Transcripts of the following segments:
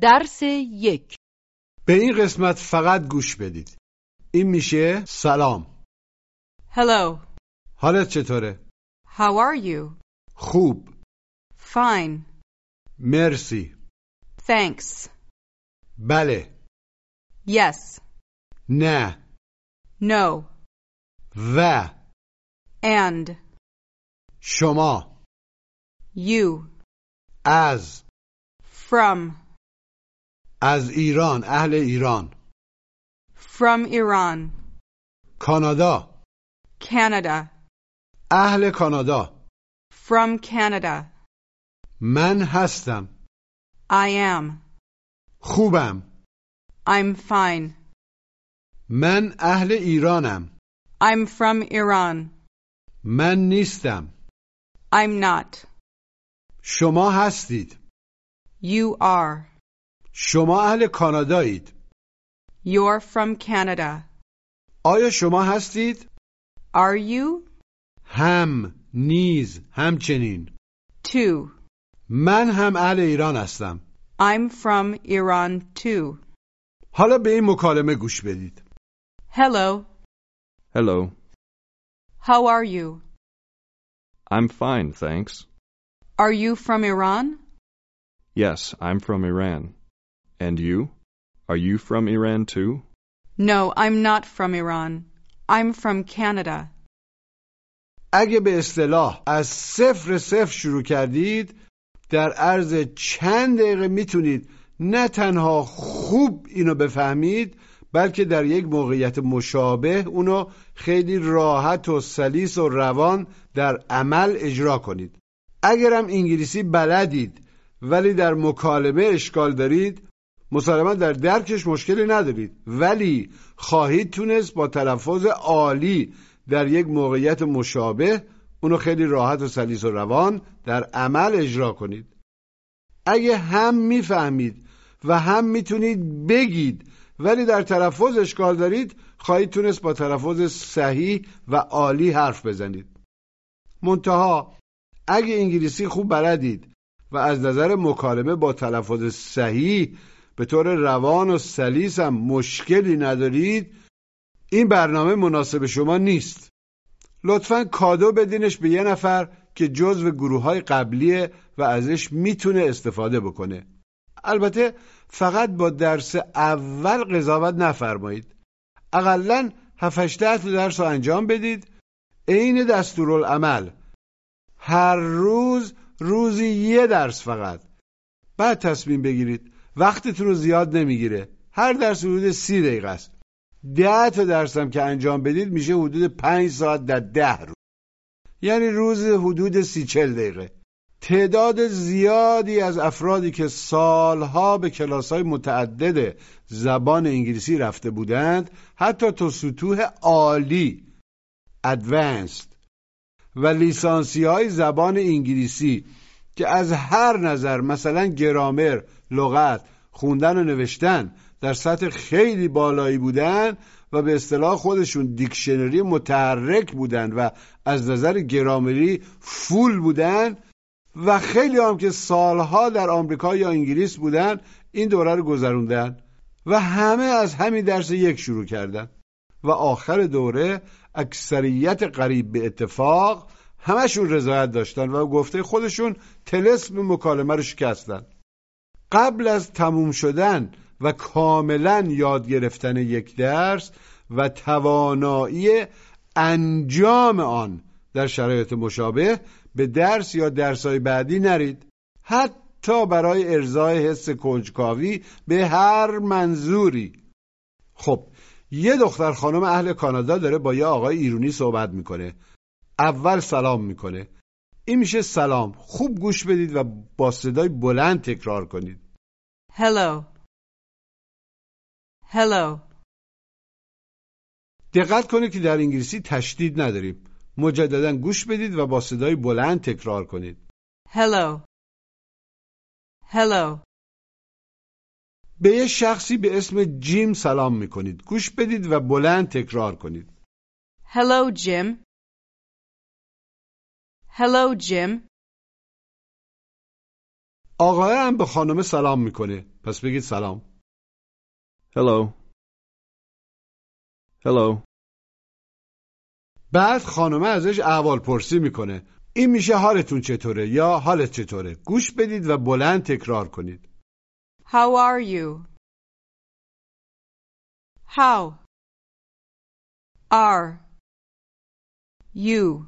درس یک به این قسمت فقط گوش بدید این میشه سلام Hello, حالت چطوره؟ how are you? خوب Fine, مرسی thanks. بله Yes, نه no, و and, شما you, از from, از ایران اهل ایران from Iran, کانادا Canada, اهل کانادا from Canada. من هستم I am, خوبم I'm fine. من اهل ایرانم I'm from Iran. من نیستم I'm not. شما هستید You are. شما اهل کانادایید You're from Canada. آیا شما هستید؟ Are you? هم نیز همچنین Too. من هم اهل ایران هستم. I'm from Iran too. حالا به این مکالمه گوش بدید. Hello, Hello. how are you? I'm fine, thanks. Are you from Iran? Yes, I'm from Iran. And you? Are you from Iran too? No, I'm not from Iran. I'm from Canada. اگه به اصطلاح از صفر صفر شروع کردید در عرض چند دقیقه میتونید نه تنها خوب اینو بفهمید بلکه در یک موقعیت مشابه اونو خیلی راحت و سلیس و روان در عمل اجرا کنید. اگرم انگلیسی بلدید ولی در مکالمه اشکال دارید مسلما در درکش مشکلی ندارید ولی خواهید تونست با تلفظ عالی در یک موقعیت مشابه اونو خیلی راحت و سلیس و روان در عمل اجرا کنید اگه هم میفهمید و هم میتونید بگید ولی در تلفظ اشکال دارید خواهید تونست با تلفظ صحیح و عالی حرف بزنید منتها اگه انگلیسی خوب بلدید و از نظر مکالمه با تلفظ صحیح به طور روان و سلیس هم مشکلی ندارید این برنامه مناسب شما نیست لطفا کادو بدینش به یه نفر که جزو گروه های قبلیه و ازش میتونه استفاده بکنه البته فقط با درس اول قضاوت نفرمایید اقلا 7 تا درس رو انجام بدید عین دستورالعمل هر روز روزی یه درس فقط بعد تصمیم بگیرید وقتتون رو زیاد نمیگیره هر درس حدود سی دقیقه است ده تا درسم که انجام بدید میشه حدود پنج ساعت در ده روز یعنی روز حدود سی چل دقیقه تعداد زیادی از افرادی که سالها به کلاس های متعدد زبان انگلیسی رفته بودند حتی تا سطوح عالی advanced و لیسانسی های زبان انگلیسی که از هر نظر مثلا گرامر، لغت، خوندن و نوشتن در سطح خیلی بالایی بودن و به اصطلاح خودشون دیکشنری متحرک بودن و از نظر گرامری فول بودن و خیلی هم که سالها در آمریکا یا انگلیس بودن این دوره رو گذروندن و همه از همین درس یک شروع کردن و آخر دوره اکثریت قریب به اتفاق همشون رضایت داشتن و گفته خودشون تلسم مکالمه رو شکستن قبل از تموم شدن و کاملا یاد گرفتن یک درس و توانایی انجام آن در شرایط مشابه به درس یا درسای بعدی نرید حتی برای ارزای حس کنجکاوی به هر منظوری خب یه دختر خانم اهل کانادا داره با یه آقای ایرونی صحبت میکنه اول سلام میکنه این میشه سلام خوب گوش بدید و با صدای بلند تکرار کنید Hello. Hello. دقت کنید که در انگلیسی تشدید نداریم مجددا گوش بدید و با صدای بلند تکرار کنید Hello. Hello. به یه شخصی به اسم جیم سلام میکنید گوش بدید و بلند تکرار کنید Hello, Jim. Hello, Jim. آقاه هم به خانم سلام میکنه پس بگید سلام Hello. Hello. بعد خانمه ازش احوال پرسی میکنه این میشه حالتون چطوره یا حالت چطوره گوش بدید و بلند تکرار کنید How are you? How are you?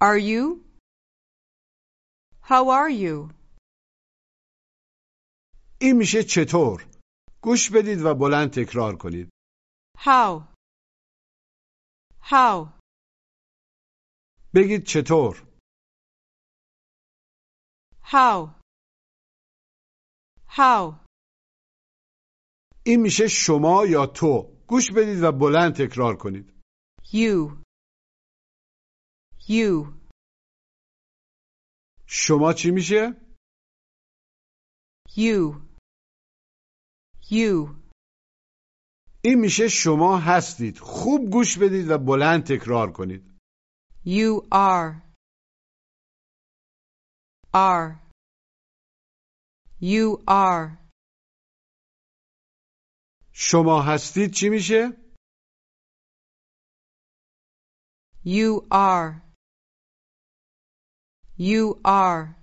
Are you? How are you? این میشه چطور گوش بدید و بلند تکرار کنید How? How? بگید چطور How? How? این میشه شما یا تو گوش بدید و بلند تکرار کنید You. You. شما چی میشه You. You. این میشه شما هستید خوب گوش بدید و بلند تکرار کنید You are. Are. You are. شما هستید چی میشه You are. You are.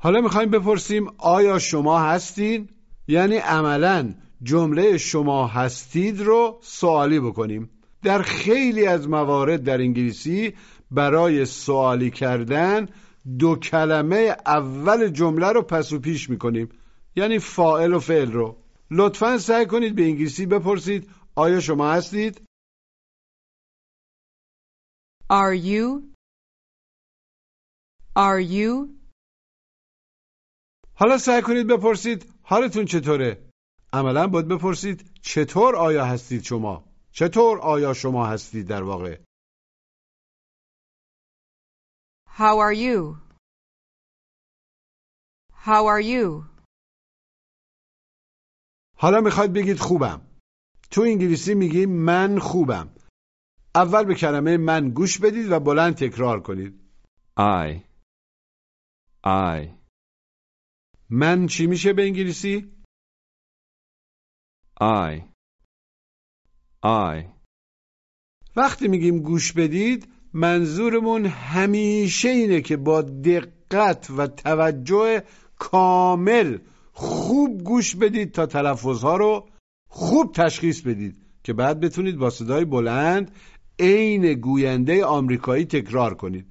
حالا میخوایم بپرسیم آیا شما هستین؟ یعنی عملا جمله شما هستید رو سوالی بکنیم در خیلی از موارد در انگلیسی برای سوالی کردن دو کلمه اول جمله رو پس و پیش میکنیم یعنی فاعل و فعل رو لطفا سعی کنید به انگلیسی بپرسید آیا شما هستید؟ Are you? Are you? حالا سعی کنید بپرسید حالتون چطوره؟ عملا باید بپرسید چطور آیا هستید شما؟ چطور آیا شما هستید در واقع؟ How are you? How are you? حالا میخواید بگید خوبم تو انگلیسی میگیم من خوبم اول به کلمه من گوش بدید و بلند تکرار کنید I. I. من چی میشه به انگلیسی؟ I. I. وقتی میگیم گوش بدید منظورمون همیشه اینه که با دقت و توجه کامل خوب گوش بدید تا تلفظها رو خوب تشخیص بدید که بعد بتونید با صدای بلند عین گوینده آمریکایی تکرار کنید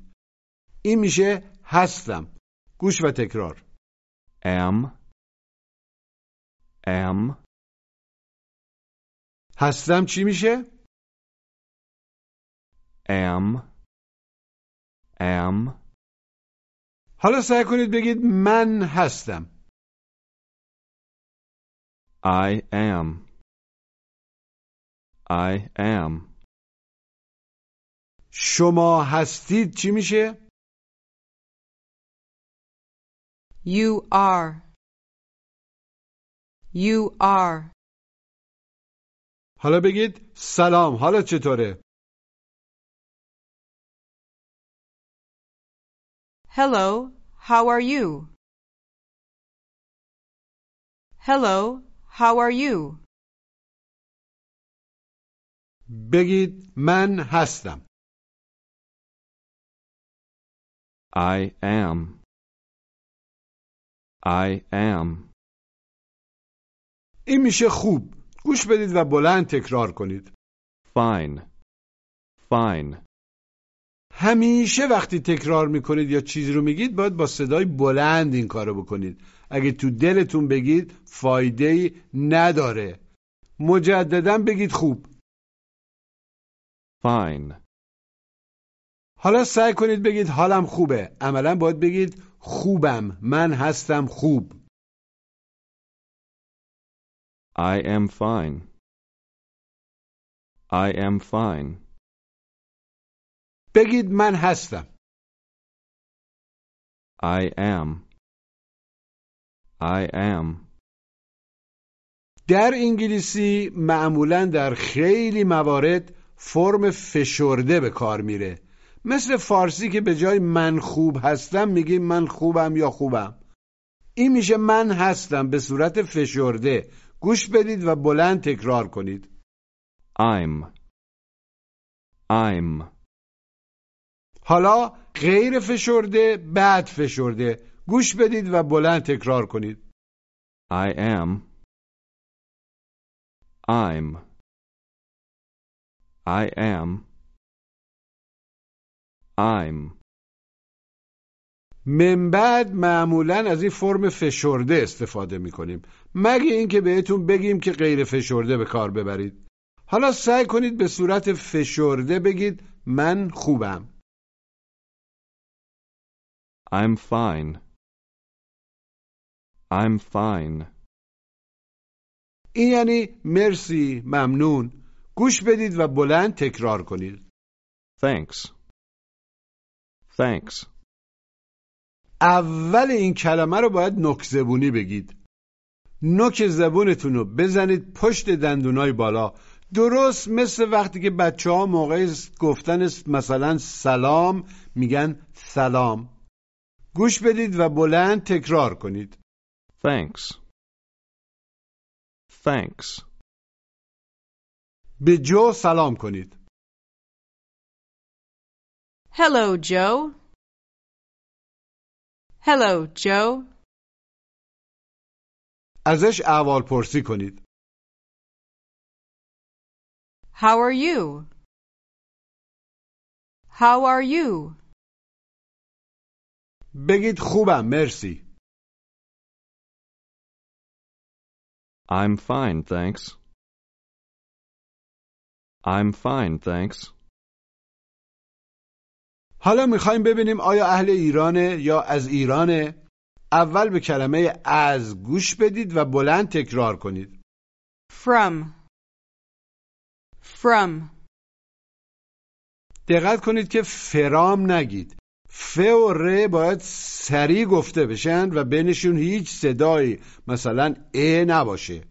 این میشه هستم گوش و تکرار Am. Am. هستم چی میشه؟ Am. Am. حالا سعی کنید بگید من هستم I am. I am. شما هستید چی میشه؟ You are. You are. حالا بگید سلام حالا چطوره؟ Hello, how are you? Hello, how are you? بگید من هستم I am. I am. این میشه خوب گوش بدید و بلند تکرار کنید Fine. Fine. همیشه وقتی تکرار میکنید یا چیزی رو میگید باید با صدای بلند این کارو بکنید اگه تو دلتون بگید فایده ای نداره مجددا بگید خوب Fine. حالا سعی کنید بگید حالم خوبه عملا باید بگید خوبم من هستم خوب I am fine. I am fine. بگید من هستم I am. I am. در انگلیسی معمولا در خیلی موارد فرم فشرده به کار میره مثل فارسی که به جای من خوب هستم میگیم من خوبم یا خوبم این میشه من هستم به صورت فشرده گوش بدید و بلند تکرار کنید I'm. I'm. حالا غیر فشرده بعد فشرده گوش بدید و بلند تکرار کنید I am. I'm. I am. I'm. من بعد معمولا از این فرم فشرده استفاده می کنیم مگه اینکه بهتون بگیم که غیر فشرده به کار ببرید حالا سعی کنید به صورت فشرده بگید من خوبم I'm fine. I'm fine. این یعنی مرسی ممنون گوش بدید و بلند تکرار کنید Thanks. Thanks. اول این کلمه رو باید نوک زبونی بگید نوک زبونتون رو بزنید پشت دندونای بالا درست مثل وقتی که بچه ها موقع گفتن مثلا سلام میگن سلام گوش بدید و بلند تکرار کنید Thanks. Thanks. به جو سلام کنید Hello, Joe. Hello, Joe. ازش احوال پرسی کنید How are you? How are you? بگید خوبم مرسی I'm fine, thanks. I'm fine, thanks. حالا میخوایم ببینیم آیا اهل ایرانه یا از ایرانه اول به کلمه از گوش بدید و بلند تکرار کنید From. From. دقت کنید که فرام نگید ف و ر باید سریع گفته بشن و بینشون هیچ صدایی مثلا ا نباشه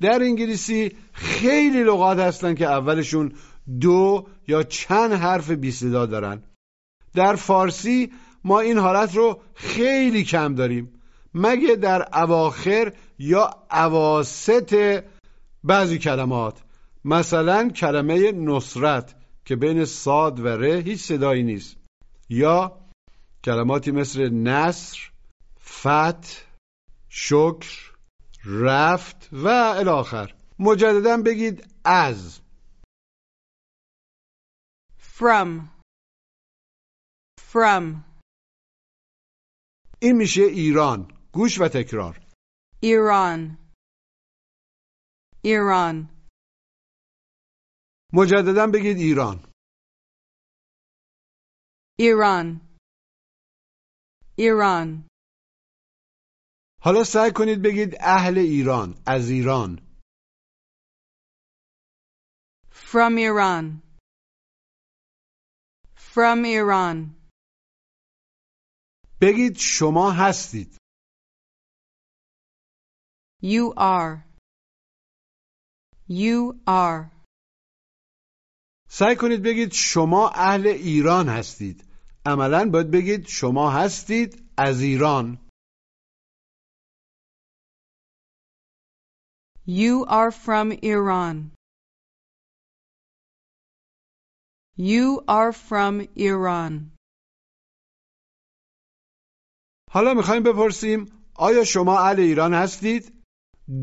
در انگلیسی خیلی لغات هستن که اولشون دو یا چند حرف بی صدا دارن در فارسی ما این حالت رو خیلی کم داریم مگه در اواخر یا اواسط بعضی کلمات مثلا کلمه نصرت که بین صاد و ره هیچ صدایی نیست یا کلماتی مثل نصر فت شکر رفت و الاخر مجددا بگید از From. From. این میشه ایران گوش و تکرار Iran. Iran. مجددا بگید ایران Iran. Iran. حالا سعی کنید بگید اهل ایران از ایران From Iran. From Iran. بگید شما هستید You are. You are. سعی کنید بگید شما اهل ایران هستید عملا باید بگید شما هستید از ایران You are from Iran. You are from Iran. حالا میخوایم بپرسیم آیا شما اهل ایران هستید؟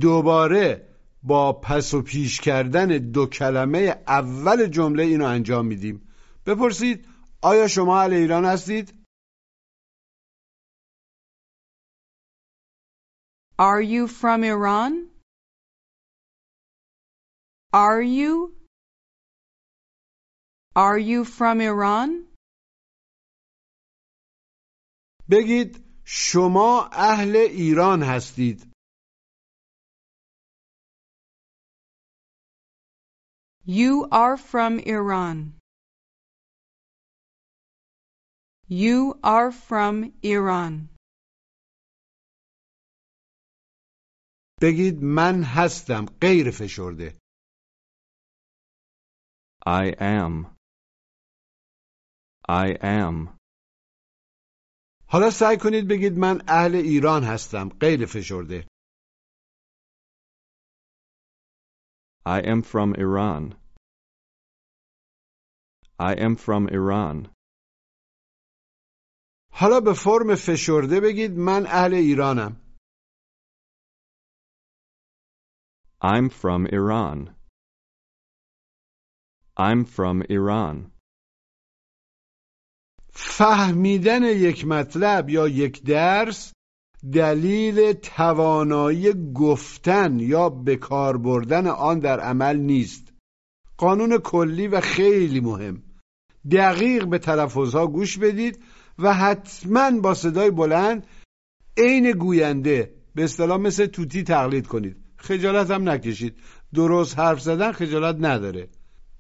دوباره با پس و پیش کردن دو کلمه اول جمله اینو انجام میدیم بپرسید آیا شما اهل ایران هستید؟ Are you from Iran? Are you? Are you from Iran? بگید شما اهل ایران هستید You are from Iran. You are from Iran. بگید من هستم غیر فشرده I am. I am. حالا سعی کنید بگید من اهل ایران هستم غیر فشرده I am from Iran. I am from Iran. حالا به فرم فشرده بگید من اهل ایرانم I'm from Iran. I'm from Iran. فهمیدن یک مطلب یا یک درس دلیل توانایی گفتن یا به کار بردن آن در عمل نیست قانون کلی و خیلی مهم دقیق به تلفظها گوش بدید و حتما با صدای بلند عین گوینده به اصطلاح مثل توتی تقلید کنید خجالت هم نکشید درست حرف زدن خجالت نداره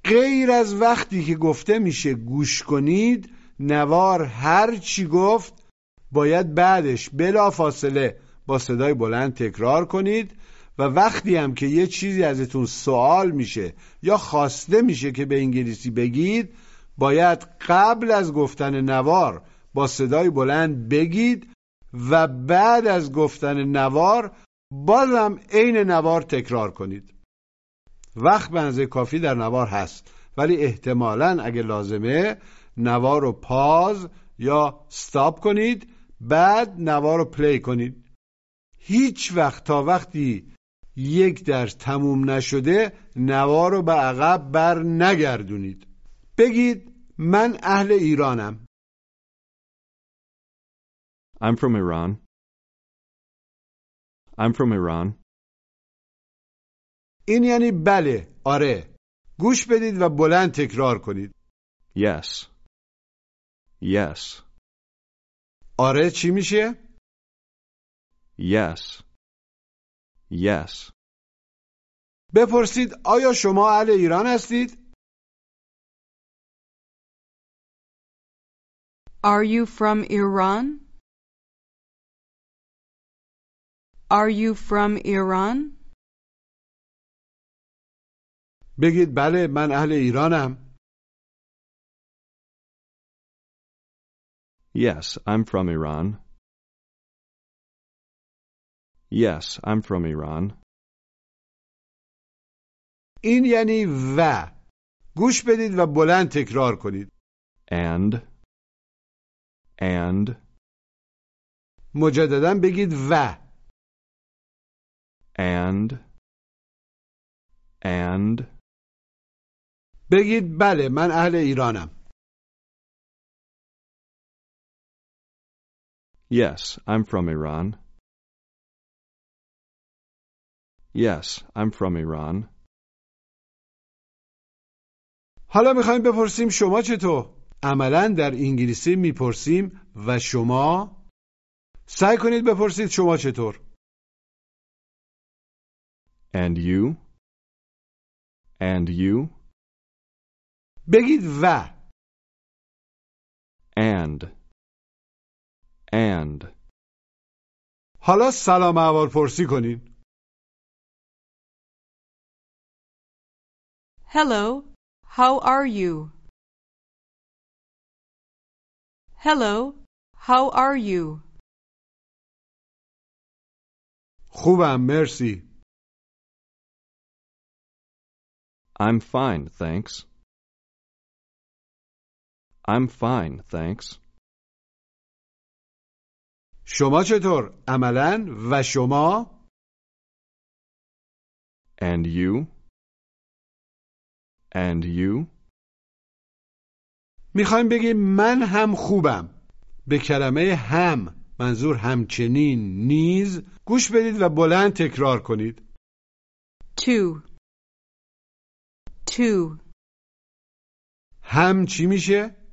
غیر از وقتی که گفته میشه گوش کنید نوار هر چی گفت باید بعدش بلا فاصله با صدای بلند تکرار کنید و وقتی هم که یه چیزی ازتون سوال میشه یا خواسته میشه که به انگلیسی بگید باید قبل از گفتن نوار با صدای بلند بگید و بعد از گفتن نوار بازم عین نوار تکرار کنید وقت به اندازه کافی در نوار هست ولی احتمالا اگه لازمه نوار رو پاز یا ستاپ کنید بعد نوار رو پلی کنید هیچ وقت تا وقتی یک درس تموم نشده نوار رو به عقب بر نگردونید بگید من اهل ایرانم I'm from Iran. I'm from Iran. این یعنی بله آره گوش بدید و بلند تکرار کنید Yes. Yes. آره چی میشه؟ Yes. Yes. بپرسید آیا شما اهل ایران هستید؟ Are you from Iran? Are you from Iran? بگید بله من اهل ایرانم Yes, I'm from Iran. Yes, I'm from Iran. این یعنی و گوش بدید و بلند تکرار کنید And. And. مجددا بگید و And. And. بگید بله من اهل ایرانم Yes, I'm from Iran. Yes, I'm from Iran. حالا میخوایم بپرسیم شما چطور؟ عملا در انگلیسی میپرسیم و شما سعی کنید بپرسید شما چطور؟ And you? And you? بگید و And. And. حالا سلام احوال پرسی کنین Hello, how are you? Hello, how are you? خوبم مرسی I'm fine, thanks. I'm fine, thanks. شما چطور؟ عملا و شما؟ And you? And you? میخوایم بگیم من هم خوبم به کلمه هم منظور همچنین نیز گوش بدید و بلند تکرار کنید Two. Two. هم چی میشه؟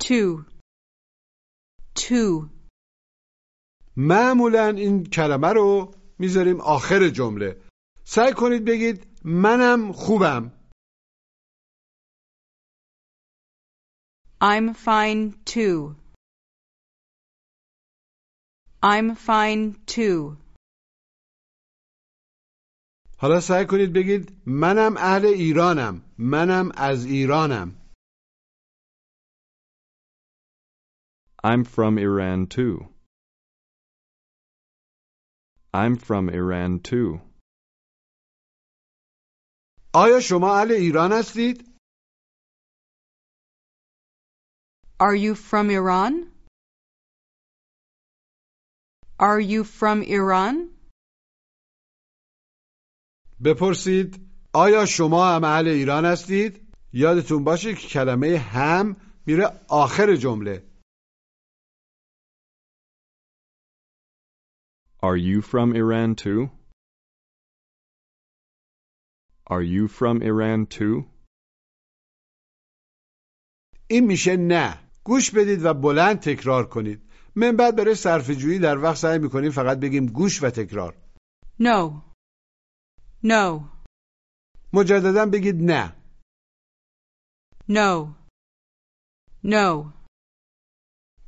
Two. Two. معمولا این کلمه رو میذاریم آخر جمله سعی کنید بگید منم خوبم I'm fine too. I'm fine too. حالا سعی کنید بگید منم اهل ایرانم منم از ایرانم I'm from Iran too. I'm from Iran too. آیا شما اهل ایران هستید؟ Are you from Iran? Are you from Iran? بپرسید آیا شما هم اهل ایران هستید؟ یادتون باشه که کلمه هم میره آخر جمله Are you from Iran too? Are you from Iran too? این میشه نه گوش بدید و بلند تکرار کنید من بعد برای صرفه‌جویی در وقت سعی میکنیم فقط بگیم گوش و تکرار No. No. مجددا بگید نه No. No.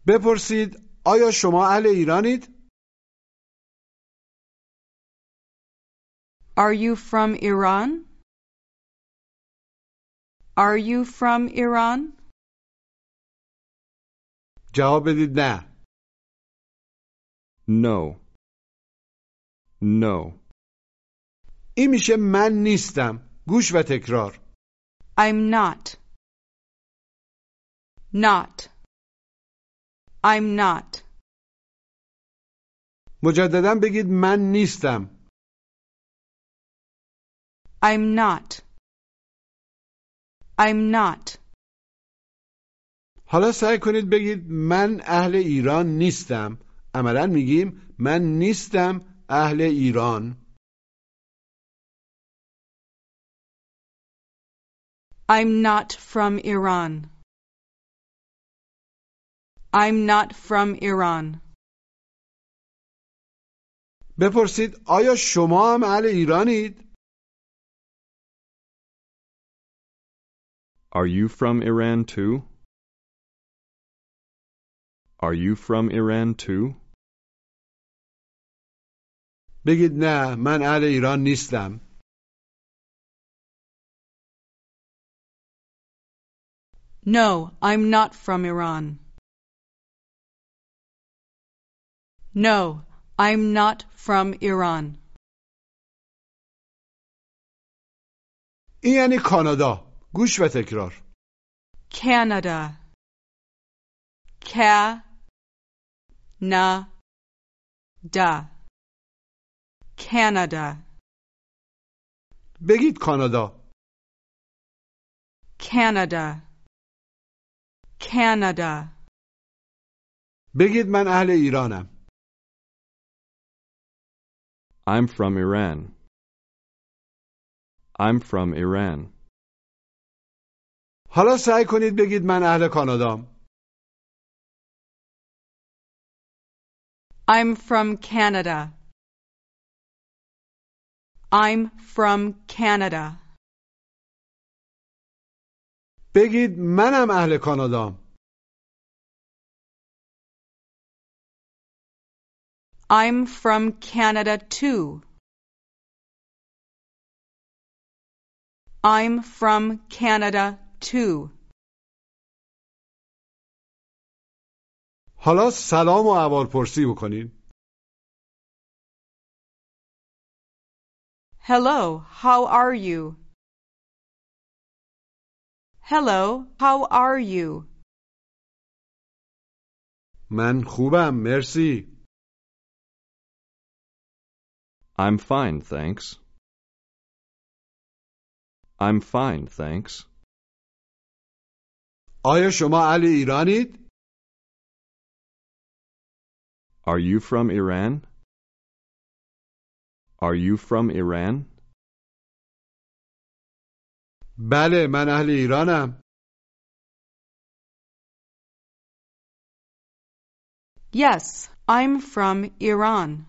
بپرسید آیا شما اهل ایرانید؟ Are you from Iran? Are you from Iran? جواب بدید نه No. No. این میشه من نیستم گوش و تکرار I'm not. Not. I'm not. مجددا بگید من نیستم I'm not. I'm not. حالا سعی کنید بگید من اهل ایران نیستم عملا میگیم من نیستم اهل ایران I'm not from Iran. I'm not from Iran. بپرسید آیا شما هم اهل ایرانید؟ Are you from Iran too? Are you from Iran too? بگید نه من اهل ایران نیستم No, I'm not from Iran. No, I'm not from Iran. این یعنی کانادا گوش و تکرار Canada. Ca. Na. Da. Canada. بگید کانادا Canada. Canada. بگید من اهل ایرانم I'm from Iran. I'm from Iran. حالا سعی کنید بگید من اهل کانادام I'm from Canada. I'm from Canada. بگید منم اهل کانادام I'm from Canada too. I'm from Canada too. حالا سلام و احوالپرسی بکنید Hello, how are you? Hello, how are you? من خوبم مرسی I'm fine, thanks. I'm fine, thanks. آیا شما اهل ایرانید؟ Are you from Iran? Are you from Iran? بله من اهل ایرانم Yes, I'm from Iran.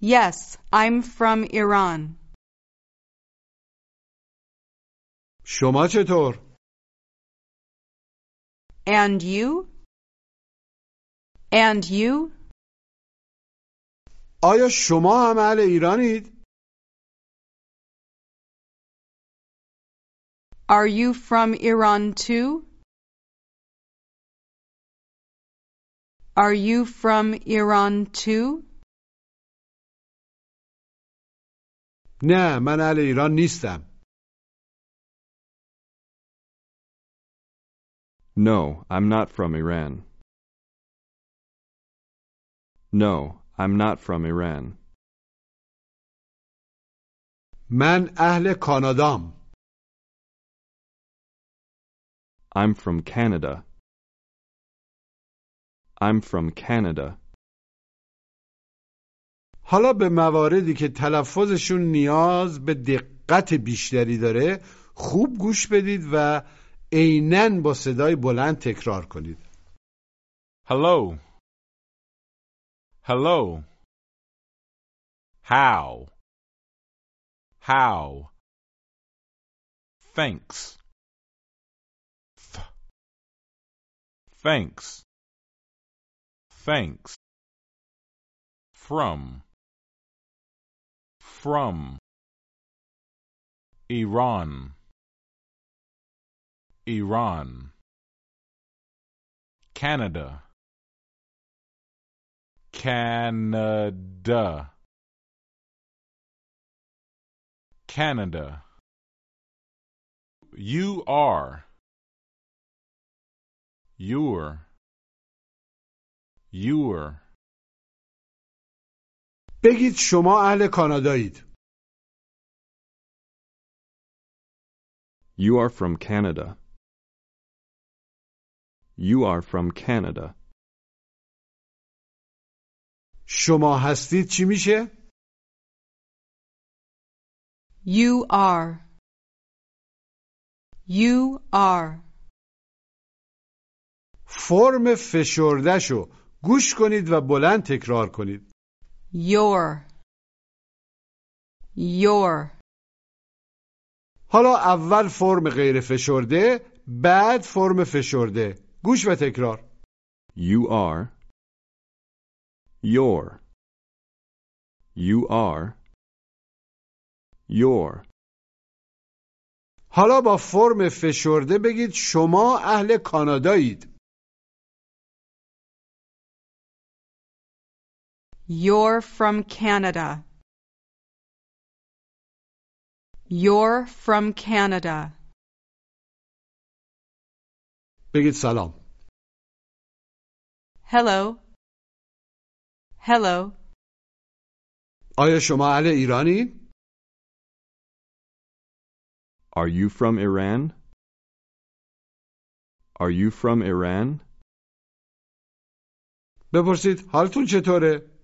Yes, I'm from Iran. شما چطور؟ And you? And you? آیا شما هم اهل ایرانید؟ Are you from Iran too? Are you from Iran too? نه من اهل ایران نیستم No, I'm not from Iran. No, I'm not from Iran. من اهل کانادام I'm from Canada. I'm from Canada. حالا به مواردی که تلفظشون نیاز به دقت بیشتری داره خوب گوش بدید و عینا با صدای بلند تکرار کنید Hello. Hello. How? How? Thanks. Th- Thanks. Thanks. From. From. Iran. Iran. Canada. Canada. Canada. You are. Your. Your. بگید شما اهل کانادایید You are from Canada. You are from Canada. شما هستید چی میشه؟ You are. You are. فرم فشردهشو گوش کنید و بلند تکرار کنید Your. Your. حالا اول فرم غیر فشرده بعد فرم فشرده گوش و تکرار You are. Your. You are. Your. حالا با فرم فشرده بگید شما اهل کانادایید You're from Canada. You're from Canada. بگید سلام Hello. Hello. آیا شما اهل ایرانی؟ Are you from Iran? Are you from Iran? بپرسید حالتون چطوره؟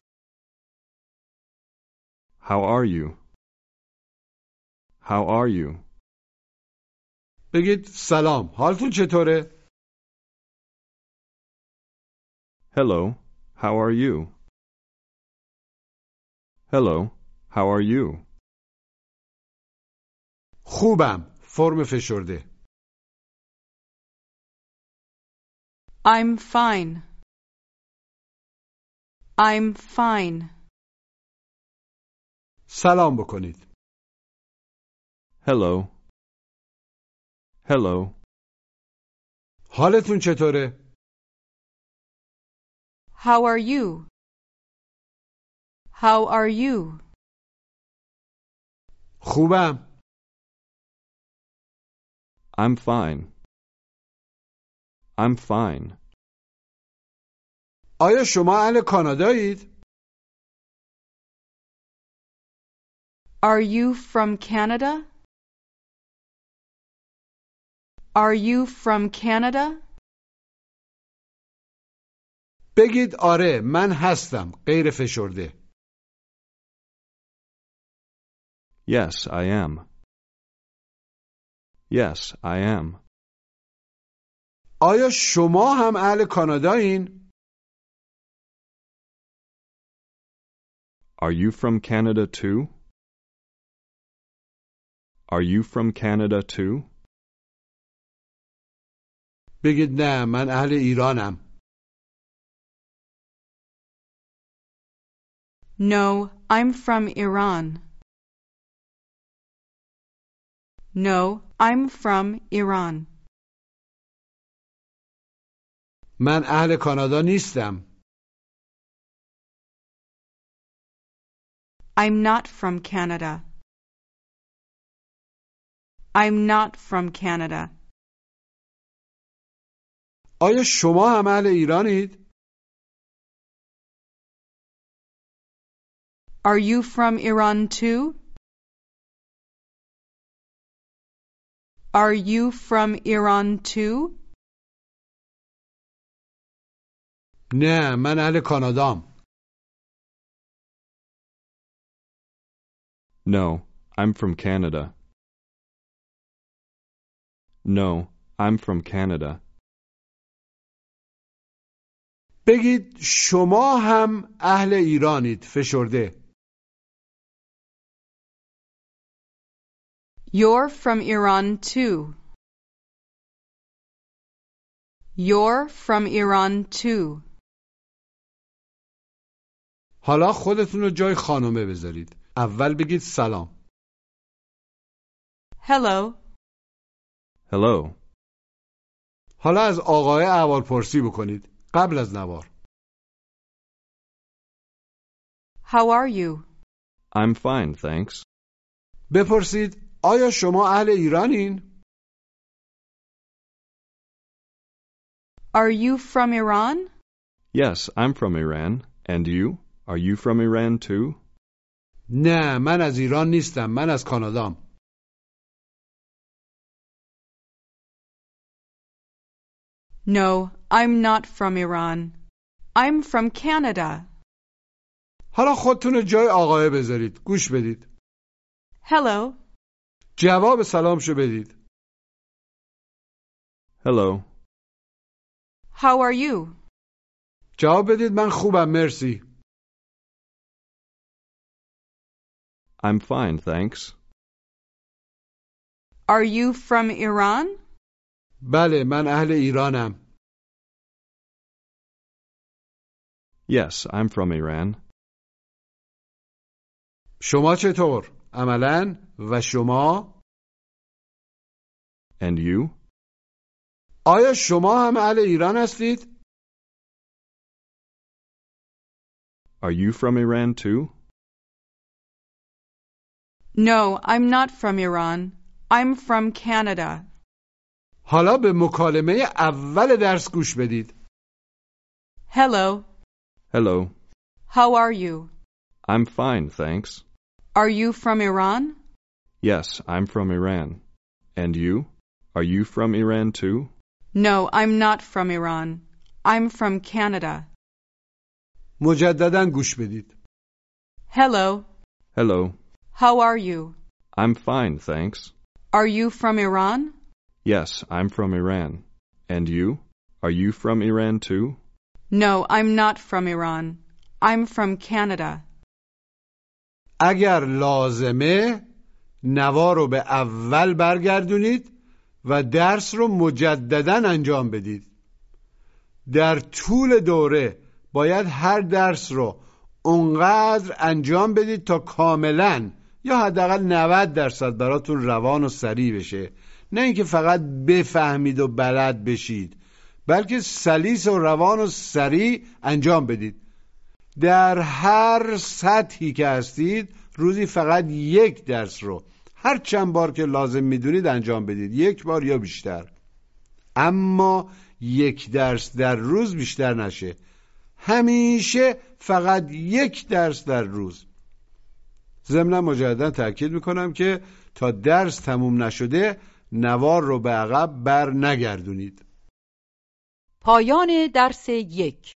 How are you? How are you? بگید سلام حالتون چطوره؟ Hello, how are you? Hello, how are you? خوبم فرم فشرده I'm fine. I'm fine. سلام بکنید Hello. Hello, حالتون چطوره؟ How are you? How are you? خوبم I'm fine. I'm fine. آیا شما اهل کانادایید؟ Are you from Canada? Are you from Canada? بگید آره من هستم غیر فشرده Yes, I am. Yes, I am. آیا شما هم اهل کانادایین؟ Are you from Canada too? Are you from Canada too? بگید نه من اهل ایرانم No, I'm from Iran. No, I'm from Iran. من اهل کانادا نیستم I'm not from Canada. I'm not from Canada. آیا شما هم اهل ایرانید؟ Are you from Iran too? Are you from Iran too? نه من اهل کانادام No, I'm from Canada. No, I'm from Canada. بگید شما هم اهل ایرانید فشرده You're from Iran too. You're from Iran too. حالا خودتون رو جای خانومه بذارید اول بگید سلام Hello. Hello. حالا از آقای احوال پرسی بکنید قبل از نوار How are you? I'm fine, thanks. بپرسید آیا شما اهل ایرانین؟ Are you from Iran? Yes, I'm from Iran. And you? Are you from Iran too? نه من از ایران نیستم من از کانادام No, I'm not from Iran. I'm from Canada. حالا خودتون رو جای آقایه بذارید گوش بدید Hello. جواب سلامشو بدید Hello. How are you? جواب بدید من خوبم مرسی I'm fine, thanks. Are you from Iran? بله من اهل ایرانم Yes, I'm from Iran. شما چطور؟ عملا و شما؟ And you? آیا شما هم اهل ایران هستید؟ Are you from Iran too? No, I'm not from Iran. I'm from Canada. حالا به مکالمه اول درس گوش بدید Hello. Hello. How are you? I'm fine, thanks. Are you from Iran? Yes, I'm from Iran. And you? Are you from Iran too? No, I'm not from Iran. I'm from Canada. مجددا گوش بدید Hello. Hello. How are you? I'm fine, thanks. Are you from Iran? Yes, I'm from Iran. And you? Are you from Iran too? No, I'm not from Iran. I'm from Canada. اگر لازمه نوا رو به اول برگردونید و درس رو مجددا انجام بدید در طول دوره باید هر درس رو اونقدر انجام بدید تا کاملا یا حداقل 90 درصد براتون روان و سریع بشه نه اینکه فقط بفهمید و بلد بشید بلکه سلیس و روان و سریع انجام بدید در هر سطحی که هستید روزی فقط یک درس رو هر چند بار که لازم میدونید انجام بدید یک بار یا بیشتر اما یک درس در روز بیشتر نشه همیشه فقط یک درس در روز ضمنا مجددا تاکید میکنم که تا درس تموم نشده نوار رو به عقب بر نگردونید پایان درس یک